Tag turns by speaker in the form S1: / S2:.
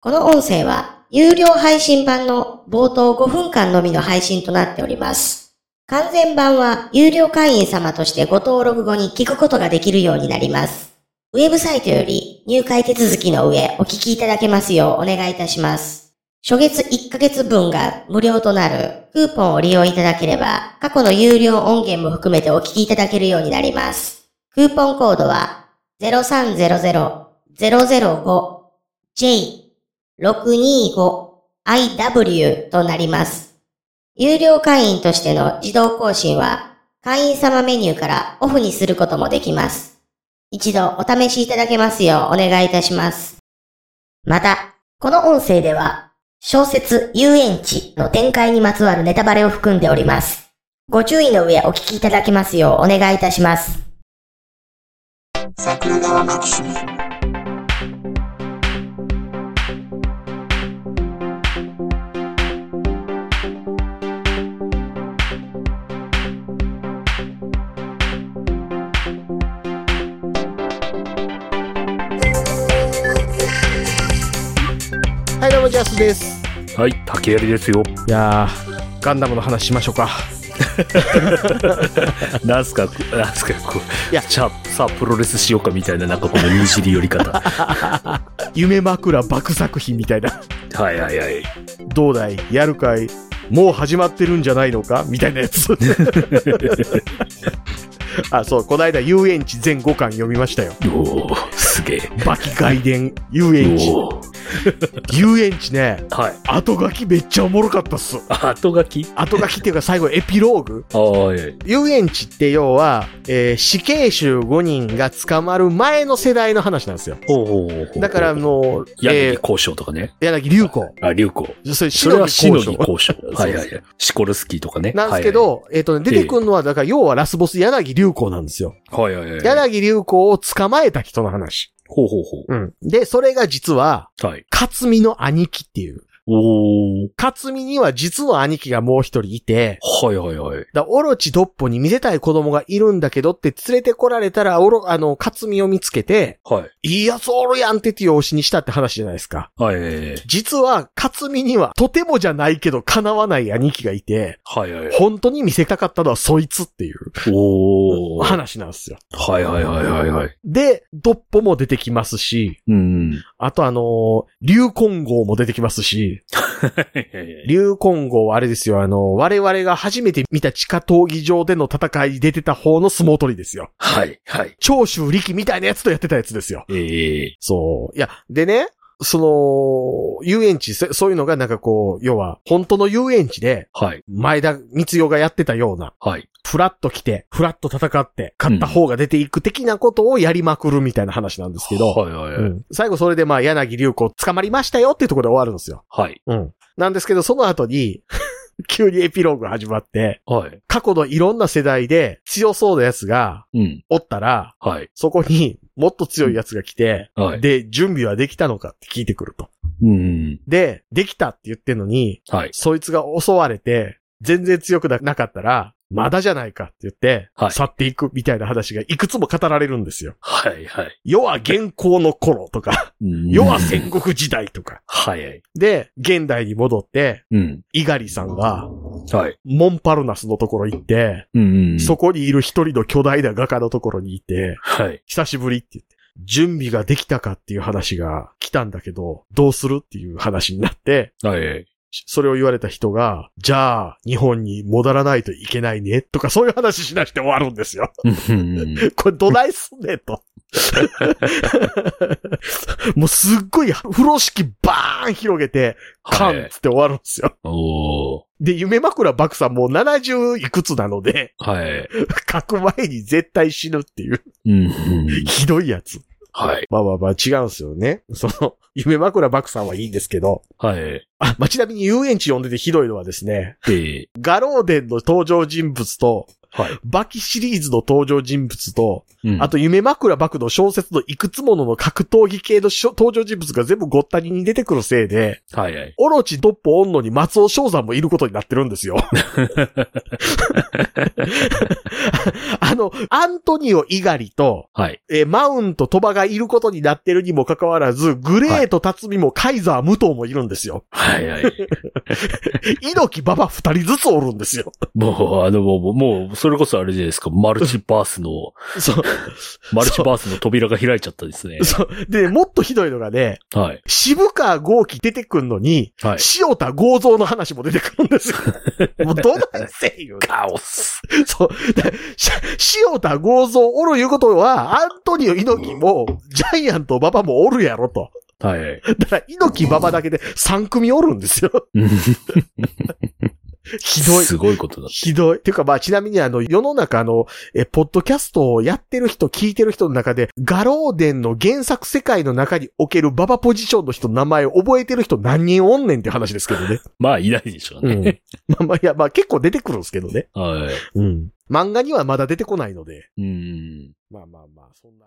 S1: この音声は有料配信版の冒頭5分間のみの配信となっております。完全版は有料会員様としてご登録後に聞くことができるようになります。ウェブサイトより入会手続きの上お聞きいただけますようお願いいたします。初月1ヶ月分が無料となるクーポンを利用いただければ過去の有料音源も含めてお聞きいただけるようになります。クーポンコードは 0300-005J625IW となります。有料会員としての自動更新は会員様メニューからオフにすることもできます。一度お試しいただけますようお願いいたします。また、この音声では小説遊園地の展開にまつわるネタバレを含んでおります。ご注意の上お聞きいただけますようお願いいたします。
S2: 桜川マキシム
S3: はい、どうも、ジャスです。
S4: はい、竹槍ですよ。
S3: いやー、ガンダムの話しましょうか。
S4: なんすか、こなんすか、こう。
S3: いや
S4: じゃあ、さあ、プロレスしようかみたいな、なんかこのにじり寄り方。
S3: 夢枕爆作品みたいな。
S4: はいはいはい。
S3: どうだいやるかいもう始まってるんじゃないのかみたいな やつ。あ、そう、この間遊園地全5巻読みましたよ。
S4: おお、すげえ。
S3: バキ外伝、遊園地。
S4: おー
S3: 遊園地ね、
S4: はい。
S3: 後書きめっちゃおもろかったっす。
S4: 後書き
S3: 後書きっていうか最後エピローグ
S4: ああ、はいはい。
S3: 遊園地って要は、えー死刑囚5人が捕まる前の世代の話なんですよ。
S4: ほうほうほうほう
S3: だから、あ、の、
S4: 柳
S3: えー
S4: 木交渉とかね。
S3: 柳流行。
S4: あ、流行。
S3: それ、
S4: それは
S3: し
S4: し
S3: の
S4: の
S3: ぎ
S4: ぎ
S3: 交渉。
S4: 交渉。はいはいはい。シコルスキーとかね。
S3: なんですけど、、えっ、とね、出てくるのは、だから、要はラスボス柳流行なんですよ。
S4: はいはいはい。はいはいはい。
S3: 柳流行を捕まえた人の話。
S4: ほうほうほ
S3: うん。で、それが実は、
S4: う。はい。
S3: 勝美の兄貴っていう。
S4: おお。
S3: 勝美には実の兄貴がもう一人いて、
S4: はいはいはい。
S3: だオロチドッポに見せたい子供がいるんだけどって連れてこられたら、おろ、あの、勝美を見つけて、
S4: はい。
S3: いいやつおるやんってっていう推しにしたって話じゃないですか。
S4: はいはいはい。
S3: 実は、勝美には、とてもじゃないけど、叶わない兄貴がいて、
S4: はいはいはい。
S3: 本当に見せたかったのはそいつっていう。
S4: おお。はい
S3: 話なんですよ。
S4: はいはいはいはい。
S3: で、ドッポも出てきますし、
S4: うん。
S3: あとあのー、流金号も出てきますし、流金号はあれですよ、あのー我々が初めて見た地下闘技場での戦いに出てた方の相撲取りですよ。
S4: はい、はい。
S3: 長州力みたいなやつとやってたやつですよ。
S4: ええ
S3: そう。いや、でね、その、遊園地、そそういうのがなんかこう、要は、本当の遊園地で、
S4: はい、
S3: 前田光代がやってたような、
S4: はい。
S3: フラッと来て、フラッと戦って、勝った方が出ていく的なことをやりまくるみたいな話なんですけど、
S4: はい、はい、はい。
S3: 最後それでまあ柳流行捕まりましたよっていうところで終わるんですよ。
S4: はい、
S3: なんですけど、その後に、 急にエピローグ始まって、
S4: はい。
S3: 過去のいろんな世代で強そうなやつが
S4: うん、
S3: おったら、
S4: はい、
S3: そこにもっと強いやつが来て、
S4: はい。
S3: で、準備はできたのかって聞いてくると。
S4: うん、
S3: で、できたって言ってんのに、
S4: はい、
S3: そいつが襲われて、全然強くなかったら、まだじゃないかって言って、
S4: はい
S3: 去っていくみたいな話がいくつも語られるんですよ。
S4: はい、はい。
S3: 世は現行の頃とか、世は
S4: 弱
S3: 戦国時代とか、
S4: はい、はい。
S3: で、現代に戻って、
S4: うん、
S3: 猪狩さんが、
S4: はい。
S3: モンパルナスのところ行って、
S4: うん、
S3: そこにいる一人の巨大な画家のところにいて、
S4: はい。
S3: 久しぶりって言って、準備ができたかっていう話が来たんだけど、どうするっていう話になって、
S4: はい。
S3: それを言われた人が、じゃあ、日本に戻らないといけないね、とかそういう話しなして終わるんですよ。
S4: うん、
S3: これどないすんねんと。 もうすっごい風呂敷バーン広げて、カンっつって終わるんですよ。
S4: おー。
S3: で、夢枕漠さんもう70いくつなので、
S4: はい。
S3: 書く前に絶対死ぬっていう、
S4: うん、
S3: ひどいやつ。
S4: はい。
S3: まあまあまあ違うんですよね。その、夢枕漠さんはいいんですけど、
S4: はい。
S3: あ、まあちなみに遊園地読んでてひどいのはですね、
S4: ええ
S3: ガローデンの登場人物と、
S4: はい。
S3: バキシリーズの登場人物と、
S4: うん
S3: あと夢枕幕の小説のいくつものの格闘技系のしょ登場人物が全部ごったりに出てくるせいで、
S4: はいはい。
S3: オロチ、ドッポ、オンノに松尾翔山もいることになってるん ですよ。あの、アントニオ・イガリと、
S4: はい。
S3: えーマウント・トバがいることになってるにもかかわらず、グレート・タツミもカイザー・武藤もいるんですよ。
S4: はいはい。
S3: 猪木・ババ二人ずつおるんで すよ。
S4: もう、あの、もう、もう、それこそあれじゃないですか。マルチバースの、
S3: そう。
S4: マルチバースの扉が開いちゃったですね。
S3: そう。で、もっとひどいのがね、
S4: はい。
S3: 渋川豪輝出てくんのに、
S4: はい。
S3: 塩田豪造の話も出てくるん ですよ。もうどないせえよ。
S4: カオス。
S3: そう。だし塩田豪造おるいうことは、アントニオ猪木も、ジャイアント馬場もおるやろと。
S4: はいはい。
S3: だから猪木馬場だけで3組おるんですよ。
S4: うん
S3: ひどい。
S4: すごいことだ。
S3: ひどい。ていうかまあちなみにあの世の中あの、え、ポッドキャストをやってる人、聞いてる人の中で、ガローデンの原作世界の中におけるババポジションの人の名前を覚えてる人何人おんねんって話ですけどね。
S4: まあ、いないでしょうね。
S3: まあまあいや、まあ結構出てくるんですけどね。
S4: は
S3: うん。漫画にはまだ出てこないので。
S4: い。うん。
S3: まあまあまあ、そんな。